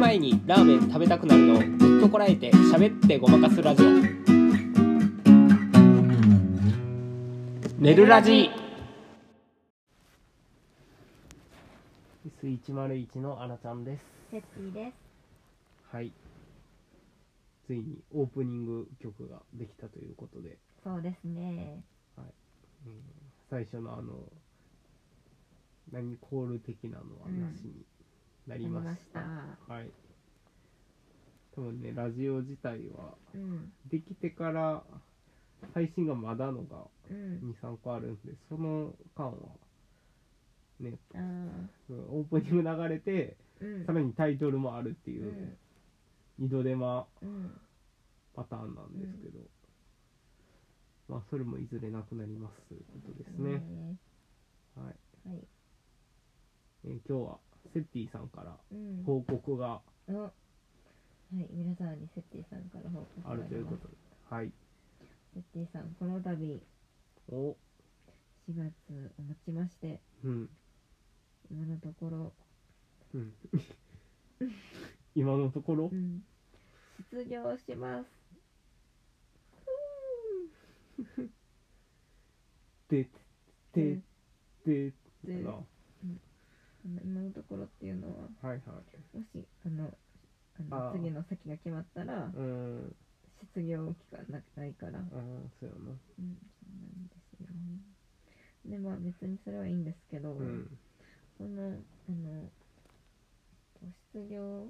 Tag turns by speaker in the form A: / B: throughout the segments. A: 前にラーメン食べたくなるのをずっとこらえて喋ってごまかすラジオ寝るラジ S101 のあらちゃんです
B: セッティです。
A: はいついにオープニング曲ができたということで、
B: そうですね。
A: うん最初のあの何コール的なのはなしになりました、
B: なりま
A: はい多分ねラジオ自体は
B: うん。
A: できてから配信がまだのが
B: うん。
A: 23個あるんでその間はね
B: あ
A: う
B: ー
A: んオープニング流れて
B: うん。
A: さ。らにタイトルもあるっていううん二度手間
B: うん。
A: パターンなんですけど、まあそれもいずれなくなりますということですね、はい
B: うん。はい。
A: えー今日はセッティさんから
B: うん。
A: 報告が
B: おはい、皆さんにセッティさんから報告が
A: あるというこ
B: ます
A: とで、はい
B: セッティさん、この度
A: お
B: 4月をもちまして、
A: うん
B: 今のところ、
A: うん今のところ
B: うん、失業します。
A: ででで
B: で
A: な
B: あの今のところっていうのは、
A: はいはい
B: もし、あの、あの
A: あー
B: 次の先が決まったら
A: う、ーん
B: 失業期間なないから。
A: あーそうやな
B: うん、そうなんですよ。で、まあ別にそれはいいんですけど、
A: うん
B: その、あの、失業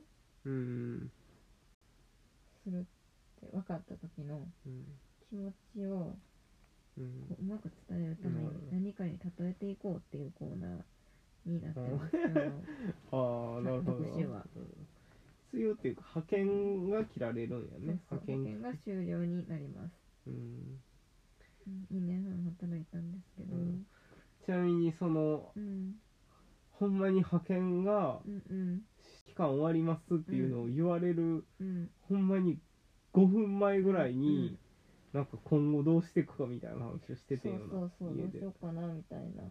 A: うん
B: するって分かった時の
A: うん
B: 気持ちを
A: うん
B: こううまく伝えるために
A: うん
B: 何かに例えていこうっていうコーナーになってます。あの
A: ああなるほど
B: 特集は
A: うん必要っていうか派遣が切られるんや ね
B: そ
A: 派
B: うそう保
A: 遣
B: 険が終了になります。
A: うん
B: うん、2年半働いたんですけど、
A: う
B: うんん、
A: ちなみにその
B: うん、
A: ほんまに派遣が
B: うん、うん、
A: 期間終わりますっていうのを言われる、
B: うん、
A: ほんまに5分前ぐらいに、なんか今後どうしていくかみたいな話をしてて
B: そ
A: よ
B: うそうそう、ど
A: 家
B: うし
A: で
B: ようかなみたいな。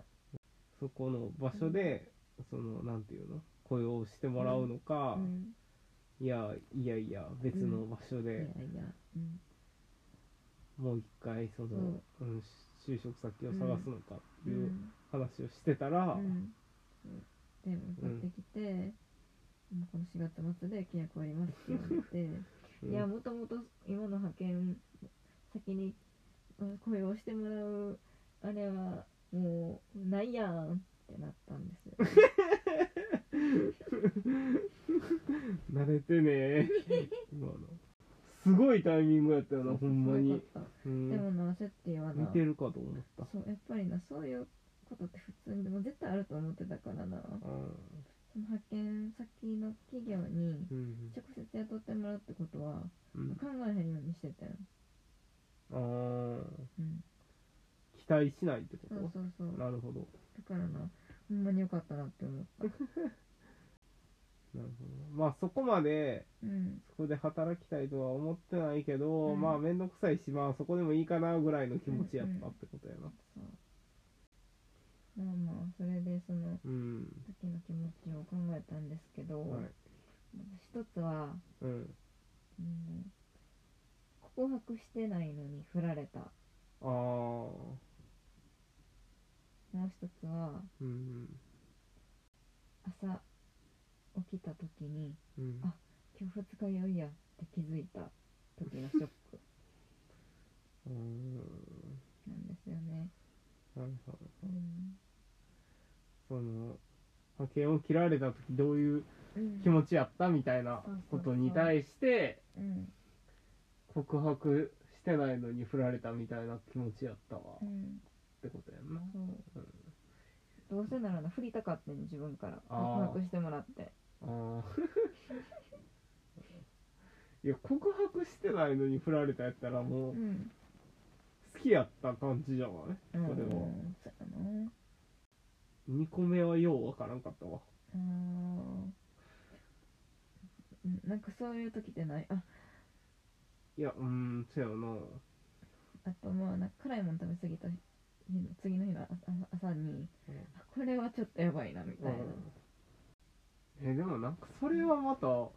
A: そこの場所で、そのなんていうの雇用してもらうのか、
B: うん、
A: いやいやいや別の場所
B: いやい
A: で、
B: や、うん。
A: もう一回その、うん就職先を探すのかっていう話をしてたら、
B: うん、で向かってきて、もうこの4月末で契約終わりますって言われて、
A: うん
B: いやもともと今の派遣先にうん雇用してもらうあれはもうないやんってなったんですよ
A: 慣れて ね今のすごいタイミングやったよなほんまに
B: す、ごかった
A: うん
B: でもなセッティは
A: 見
B: な
A: てるかと思った
B: そうやっぱりなそういうことって普通にでも絶対あると思ってたからな
A: う
B: その派遣先の企業に
A: ん
B: 直接雇ってもらうってことは
A: うん
B: 考えへんようにしてたよ、
A: あー
B: うん、
A: 期待しないってこ
B: そ
A: と
B: うそうそう
A: なるほど
B: だからなほんまに良かったなって思った
A: なるほどまあそこまで
B: うん
A: そこで働きたいとは思ってないけど、
B: うん
A: まあ面倒くさいしまあそこでもいいかなぐらいの気持ちやったってことやな
B: そうまあまあそれでその
A: うん、
B: 時の気持ちを考えたんですけど、
A: はい
B: 一つは、
A: うん
B: うん、告白してないのに振られた
A: ああ
B: もう一つは
A: うん
B: 朝起きた時に
A: うん
B: あ今日二日酔いやって気づいた時のショック
A: うん
B: なんですよね、
A: なるほど
B: うん
A: その派遣を切られた時どういう
B: うん
A: 気持ちやったみたいなことに対して
B: うん
A: 告白してないのに振られたみたいな気持ちやったわっ
B: うん
A: てことやんな
B: そうどうせならな振りたかったね自分から
A: あー
B: 告白してもらって
A: ああ いや告白してないのに振られたやったらも
B: う
A: うん好きやった感じじゃない
B: うん
A: それは
B: そうやな
A: 2個目はようわからんかったわ
B: あーうんなんかそういう時ってないあ
A: いやうーんそうやな
B: あとまあなんか辛いもの食べ過ぎた日の次の日のああ朝にあこれはちょっとやばいなみたいな、
A: うんえでもなんかそれはまた後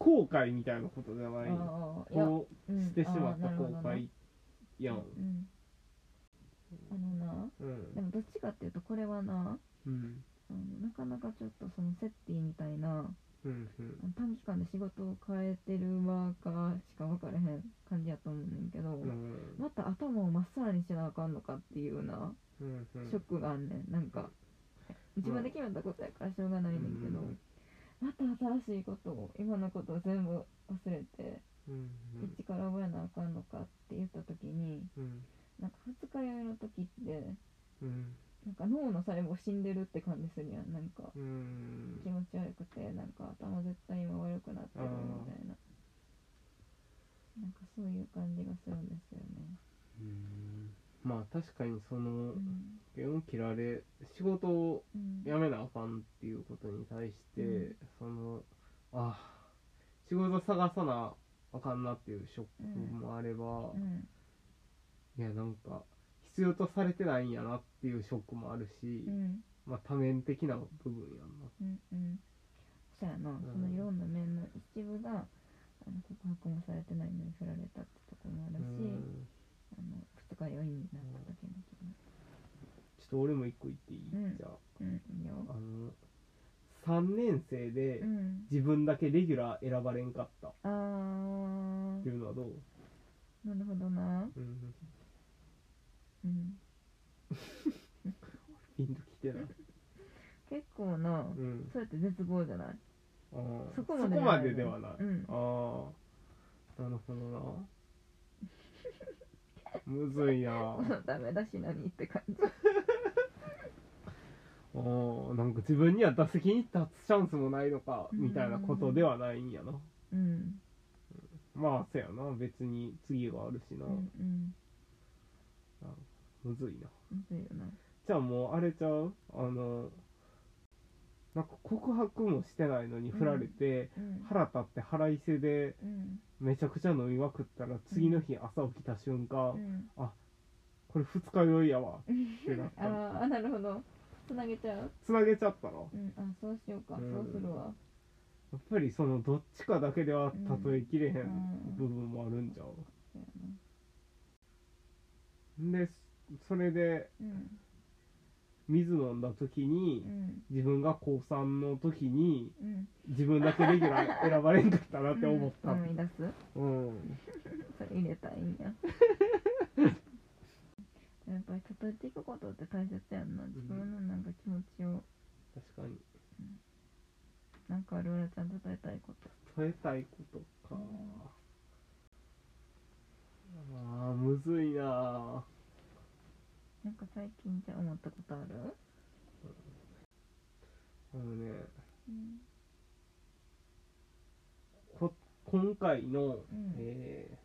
A: 悔みたいなことじゃない
B: ああいや
A: こう
B: うん
A: してしまった
B: あーなる
A: 後
B: ほどな
A: 悔やん
B: うんあのな
A: う
B: で
A: ん
B: もどっちかっていうとこれはな
A: うん
B: あのなかなかちょっとそのセッティみたいな
A: うんうん
B: あの短期間で仕事を変えてるワーカーしか分からへん感じやと思うねんけど、
A: うん
B: また頭をまっさらにしなあかんのかっていうな
A: うんうん
B: ショックがあんねんなんか自分で決めたことやからしょうがないねんけど、
A: うん
B: また新しいことを今のことを全部忘れて
A: うん
B: 一から覚えなあかんのかって言った時に
A: うん
B: なんか二日酔いの時って
A: うん
B: なんか脳の細胞死んでるって感じするやんなんか
A: うん
B: 気持ち悪くてなんか頭絶対今悪くなってるみたいななんかそういう感じがするんですよね。
A: うんまあ確かにその
B: うん
A: 縁を切られ仕事を
B: うん
A: やめなあかんっていうことに対して、
B: うん
A: そのあ仕事探さなあかんなっていうショックもあれば、
B: うん
A: いやなんか必要とされてないんやなっていうショックもあるし、
B: うん
A: まあ多面的な部分やんな。
B: うんうんそうやな、そのいろんな面の一部があの告白もされてないのに振られたってとこもあるし、
A: うん
B: あの二日酔いになっただけの気分
A: ちょっと俺も一個言っていい、
B: うん
A: じゃあ
B: うんいいよ
A: あの3年生で
B: うん
A: 自分だけレギュラー選ばれんかったっ
B: あ
A: ていうのはどう、
B: ーなるほどな
A: うん、
B: うん
A: ピンときてない、
B: 結構な、
A: うん、
B: そうやって絶望じゃない
A: あー
B: そこまで
A: そこまでではない、
B: うん
A: ああなる ほどなむずいなあ
B: ダメだし何って感じ
A: ーなんか自分には打席に立つチャンスもないのかみたいなことではないんやな
B: うん
A: まあせやな別に次があるしな、
B: うんうん
A: むずいな
B: むずいよな
A: じゃあもうあれちゃうあのなんか告白もしてないのに振られて、
B: うん
A: 腹立って腹いせで
B: うん
A: めちゃくちゃ飲みまくったら次の日朝起きた瞬間、
B: うん
A: これ二日酔いやわってなっ
B: あ
A: たの
B: ーなるほどつなげちゃう
A: つなげちゃったらや
B: うんあそうしようか、
A: うん
B: そうするわ
A: っぱりそのどっちかだけでは例えきれへ
B: うん
A: ん部分もあるんじゃ
B: そうやなん
A: でそれで
B: うん
A: 水飲んだ時に
B: うん
A: 自分が高3の時に
B: うん
A: 自分だけレギュラー選ばれんかったなって思った
B: 思い出す
A: うん
B: それ入れたらいい んややっぱり例えていくことって大切やんな自分のなんか気持ちを
A: 確かに
B: なんかルーラちゃん例えたいこと
A: 例えたいことかあーむずいな
B: なんか最近じゃあ思ったことある
A: あのね
B: うん
A: こ今回の、
B: うん
A: えー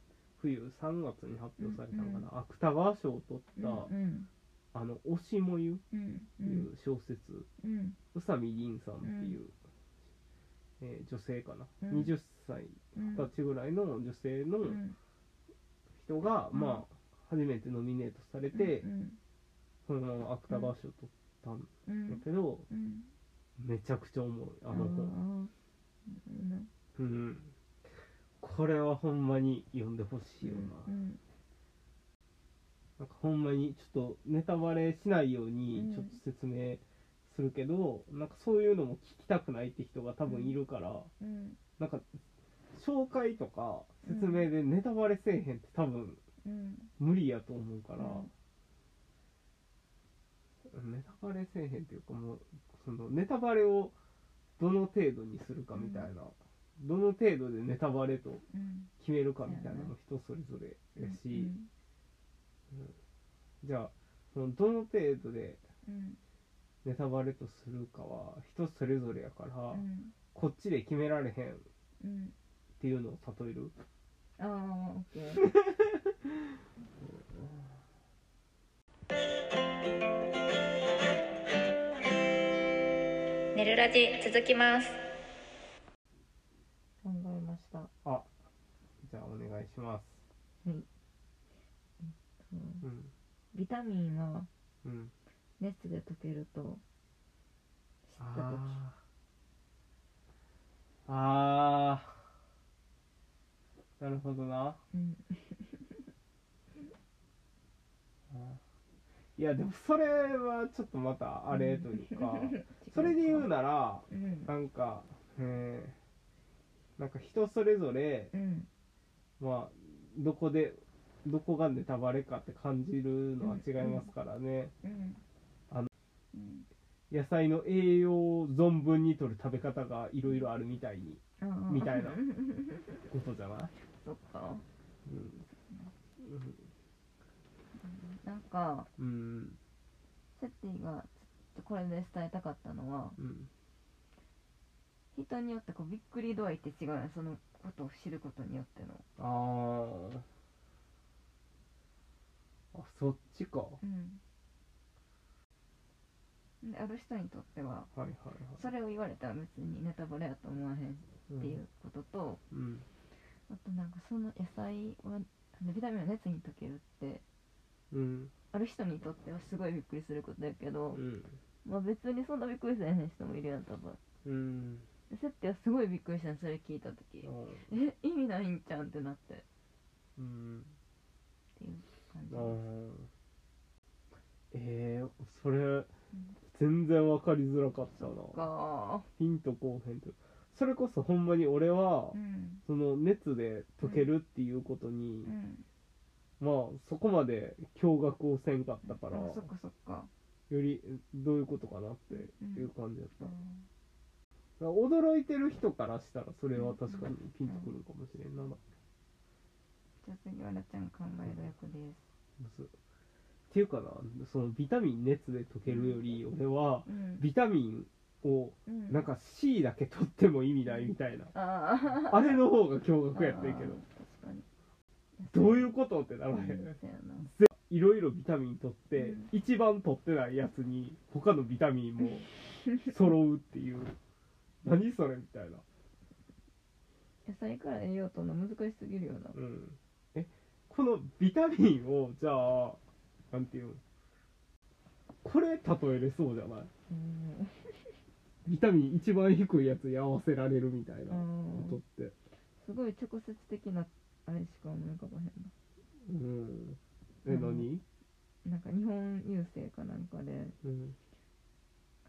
A: 冬3月に発表されたのかな、芥川賞を取った
B: うんうん
A: 「あの推しもゆ」
B: うん
A: という小説、
B: うん
A: 宇佐美凛さんっていう、えー女性かな、
B: うん
A: 20歳
B: うん
A: 20歳ぐらいの女性の
B: うん
A: 人が、
B: うん
A: まあ初めてノミネートされて、
B: うん
A: そのまま芥川賞を取ったん
B: う
A: だ
B: ん
A: けど、
B: うん
A: めちゃくちゃ重いあ
B: あ
A: の
B: ー
A: 本、う
B: うん
A: ん、これはほんまに読んでほしいよな、
B: うん
A: なんかほんまにちょっとネタバレしないよう
B: うん
A: にちょっと説明するけど、なんかそういうのも聞きたくないって人が多分いるから、
B: うん
A: なんか紹介とか説明でネタバレせえへんって多分
B: うん
A: 無理やと思うから、ネタバレせえへんっていうかもうそのネタバレをどの程度にするかみたいな、どの程度でネタバレと
B: うん
A: 決めるかみたいなのも人それぞれやし。じゃあそのどの程度で
B: うん
A: ネタバレとするかは人それぞれやから、
B: うん
A: こっちで決められへんっ
B: うん
A: ていうのを例える
B: ああオッケー
C: 寝るラジ続きます
B: 考えました。
A: あじゃあお願いします
B: うん
A: うん
B: ビタミンは
A: うん
B: 熱で溶けると知った時
A: あーあるほどな
B: うん
A: うんいやでもそれはちょっとまたあれというかそれで言うなら
B: うん
A: なんかえーなんか人それぞれ
B: うん
A: まあどこでどこがネタバレかって感じるのは違いますからね、
B: うん
A: あの
B: うん
A: 野菜の栄養を存分に取る食べ方がいろいろあるみたいに
B: あー
A: みたいなことじゃない、
B: そっか
A: うん
B: なんか
A: うん
B: セッティがこれで伝えたかったのは
A: うん
B: 人によってこうびっくり度合いって違うねそのことを知ることによっての
A: あーあそっちかは
B: うんである人にとってはい
A: はいはい
B: それを言われたら別にネタバレやと思わへんっていうことと、
A: うん
B: あとなんかその野菜はあのビタミンは熱に溶けるって
A: うん
B: ある人にとってはすごいびっくりすることやけ
A: う
B: ど、
A: ん
B: まあ別にそんなびっくりせえへん人もいるやん多分
A: うん
B: でセッティはすごいびっくりしたのそれ聞いた時え意味ないんちゃうんってなってっ
A: うん
B: ていう感じ
A: あーえー、それ全然分かりづらかったな
B: か
A: ピンとこうへんとそれこそほんまに俺は、
B: うん
A: その熱で溶けるっていうことに
B: う、ん
A: まあそこまで驚愕をせんかったから、
B: あそっかそっか
A: よりどういうことかなっていう感じだった、
B: うん
A: 驚いてる人からしたらそれは確かにピンとくるかもしれんな、
B: じゃあ次はらちゃん考える役です
A: っていうかなそのビタミン熱で溶けるより俺は
B: うん
A: ビタミンを
B: うん
A: なんか C だけ取っても意味ないみたいな
B: ああ
A: あれの方が驚愕やったんやけど
B: 確かに
A: どういうことってな
B: う
A: らへ
B: んそうんやない
A: ろいろビタミン取って、
B: うん
A: 一番取ってないやつに他のビタミン も揃うっていう何それみたいな
B: 野菜から栄養との難しすぎるような
A: うんえこのビタミンをじゃあなんていうのこれ例えれそうじゃない
B: うん
A: ビタミン一番低いやつに合わせられるみたいなことって
B: すごい直接的なあれしか思い浮かばへん
A: うんえ
B: うん
A: 何
B: ななんか日本郵政かなんかで
A: うん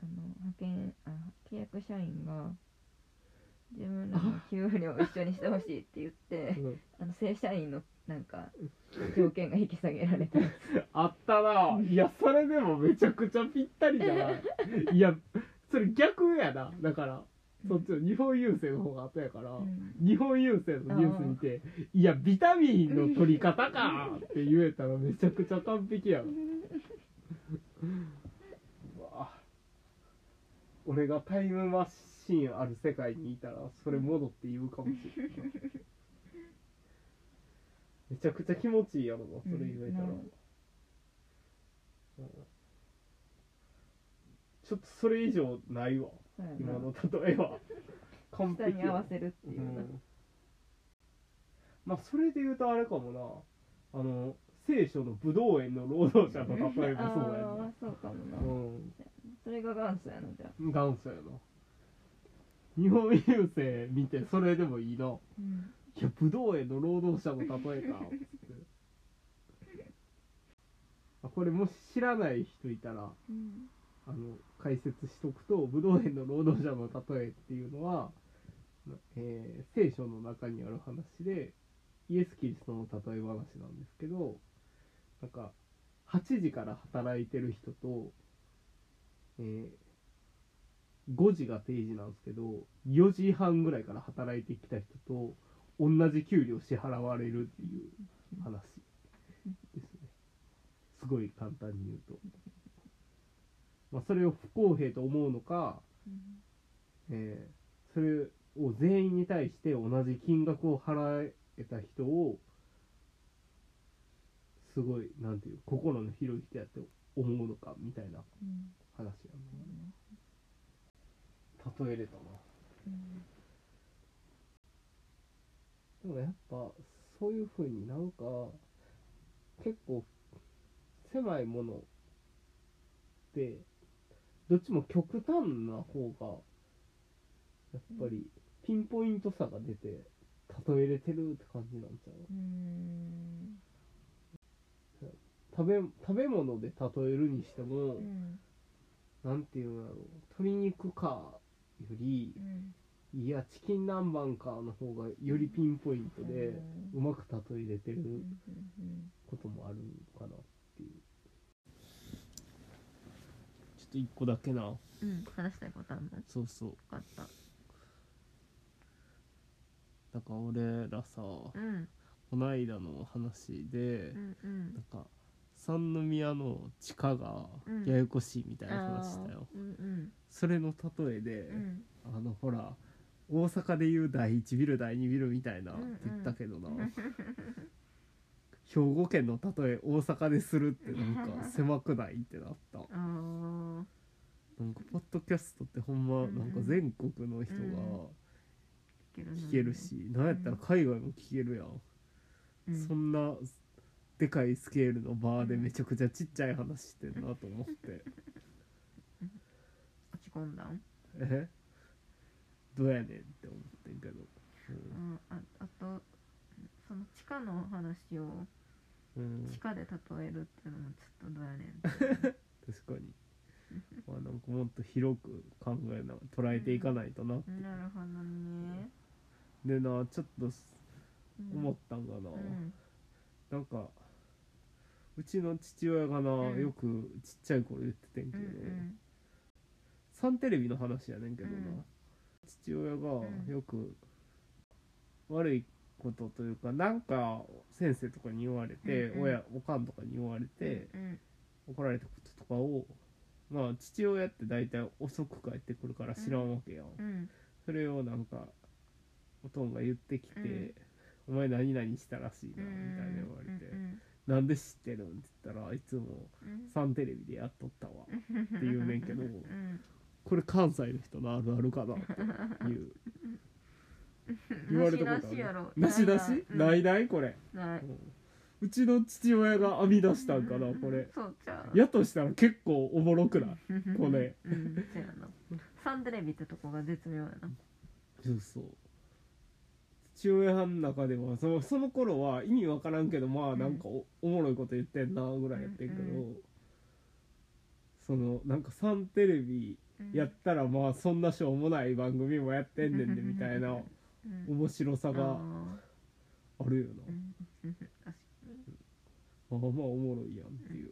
B: あの派遣あ契約社員が自分らの給料を一緒にしてほしいって言っ
A: う
B: て
A: ん
B: あの正社員のなんか条件が引き下げられたや
A: あったないやそれでもめちゃくちゃぴったりじゃない いやそれ逆やなだから
B: つ
A: そっちの日本郵政の方が後やから、
B: うん
A: 日本郵政のニュース見て「いやビタミンの取り方か!」って言えたらめちゃくちゃ完璧やろうわ俺がタイムマシーンある世界にいたらそれ戻って言うかもしれないめちゃくちゃ気持ちいいやろなそれ言えたら、
B: うん
A: うんちょっとそれ以上ないわ
B: そうや
A: 今
B: な
A: の例えは完
B: 下
A: 璧
B: に合
A: や
B: わせるっていうな、
A: まあそれで言うとあれかもなあの聖書の武道園の労働者の例えばそうや
B: あ
A: な
B: あそうかもな、
A: うん
B: それが元祖やなじゃあ、
A: 元祖やな日本郵政見てそれでもいいな
B: うん、
A: いや武道園の労働者の例えかつ ってあこれもし知らない人いたら
B: うん
A: あの解説しとくと武道園の労働者の例えっていうのは、えー聖書の中にある話でイエス・キリストの例え話なんですけどなんか8時から働いてる人と、えー5時が定時なんですけど4時半ぐらいから働いてきた人と同じ給料支払われるっていう話ですねすごい簡単に言うと。まあ、それを不公平と思うのか、
B: うん
A: えーそれを全員に対して同じ金額を払えた人をすごいなんていう心の広い人やって思うのかみたいな
B: うん
A: 話やな例えれたな
B: うん
A: でもやっぱそういうふうになんか結構狭いものってどっちも極端な方がやっぱりピンポイントさが出て例えれてるって感じなんちゃう
B: うん
A: 食べ食べ物で例えるにしても、
B: うん
A: なんていうんだろう鶏肉かより
B: うん
A: いやチキン南蛮かの方がよりピンポイントでう
B: うん
A: まく例えれて
B: うん
A: る
B: うん
A: こともあるのかなっていうちょっと一個だけな
B: うん話したいことあんのよ
A: そうそう
B: かった
A: だから俺らさこ
B: うん
A: の間の話で
B: うんう
A: なん
B: ん
A: か三宮の地下が
B: うん
A: ややこしいみたいな
B: あ
A: 話だよ、
B: ーうん
A: それの例えで、
B: うんうん
A: あのほら大阪でいう第1ビル第2ビルみたいなって言ったけど な、兵庫県の例え大阪でするってなんか狭くないってなった
B: あー
A: なんかポッドキャストってほんまなんか全国の人が
B: 聞けるな
A: 聞けるし、なんやったら海外も聞けるやん、
B: うん
A: そんなでかいスケールのバーでめちゃくちゃちっちゃい話してんなと思 って
B: 落ち込んだん
A: えどうやねんって思ってんけど、
B: うんああとその地下の話を
A: うんうん
B: 地下で例えるっていうのもちょっとどうやねん
A: 確かにまあなんかもっと広く考えな捉えていかないとな、
B: なるほどね。
A: でなちょっと
B: うん
A: 思ったんがな、
B: うん
A: なんかうちの父親がな、
B: うん
A: よくちっちゃい頃言っててん
B: う
A: け
B: ん
A: ど、サンテレビの話やねんけどな、
B: うん
A: 父親が
B: うん
A: よく悪いことというかなんか先生とかに言われて、
B: うんうん
A: 親おかんとかに言われ
B: うん
A: て、
B: うん
A: 怒られたこととかをまあ父親って大体遅く帰ってくるから知らんわけやん、
B: うん
A: それをなんかおとんが言ってきて
B: うん
A: 「お前何々したらしいな」
B: う
A: み
B: ん
A: たいな言われて
B: う
A: 「
B: ん
A: なんで知ってるん?」って言ったらいつも
B: うん
A: サンテレビでやっとったわ
B: うん
A: て言うねんけど
B: うん
A: これ関西の人のあるあるかなっていう 言われたことあ
B: なしなしやろ
A: るなしなし
B: うん
A: ないないこれ
B: ない
A: うんうちの父親が編み出したんかなこれ
B: そうちゃう
A: やとしたら結構おもろくないこれ
B: うんそうやなサンテレビってとこが絶妙やな
A: そうそう父親の中ではそのその頃は意味わからんけどまあ
B: うん
A: なんかお,、おもろいこと言ってんなぐらいやってんけど、
B: うんう
A: そのなんかサンテレビ
B: うん
A: やったらまあそんなしょうもない番組もやってんねんで
B: うん
A: みたいな
B: うん
A: 面白さがあるよな
B: う、んうん確かに
A: まあまあおもろいやんっていう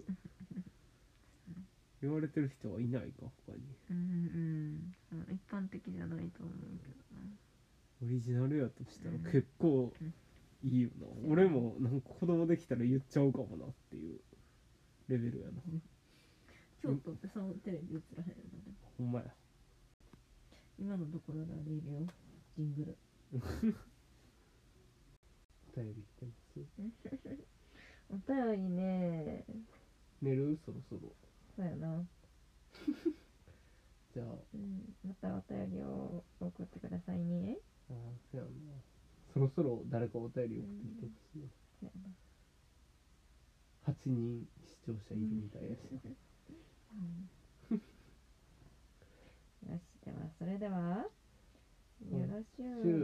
A: 言われてる人はいないか他に
B: うんうん一般的じゃないと思うけどな
A: オリジナルやとしたら
B: うん
A: 結構
B: うん
A: いいよな、俺もなんか子供できたら言っちゃうかもなっていうレベルやな
B: 京都ってサンテレビ映らへんよね
A: ほんまや
B: 今のところがレビュージング ル
A: お便り来てます
B: お便りね
A: 寝るそろそろ
B: そうやな、
A: じゃあ
B: うん、またお便りを送ってくださいね
A: あーそやなそろそろ誰かお便り送ってきてほしいな
B: そうやな
A: 8人視聴者いるみたいやしな
B: うんよしではそれではよろしゅう
A: 週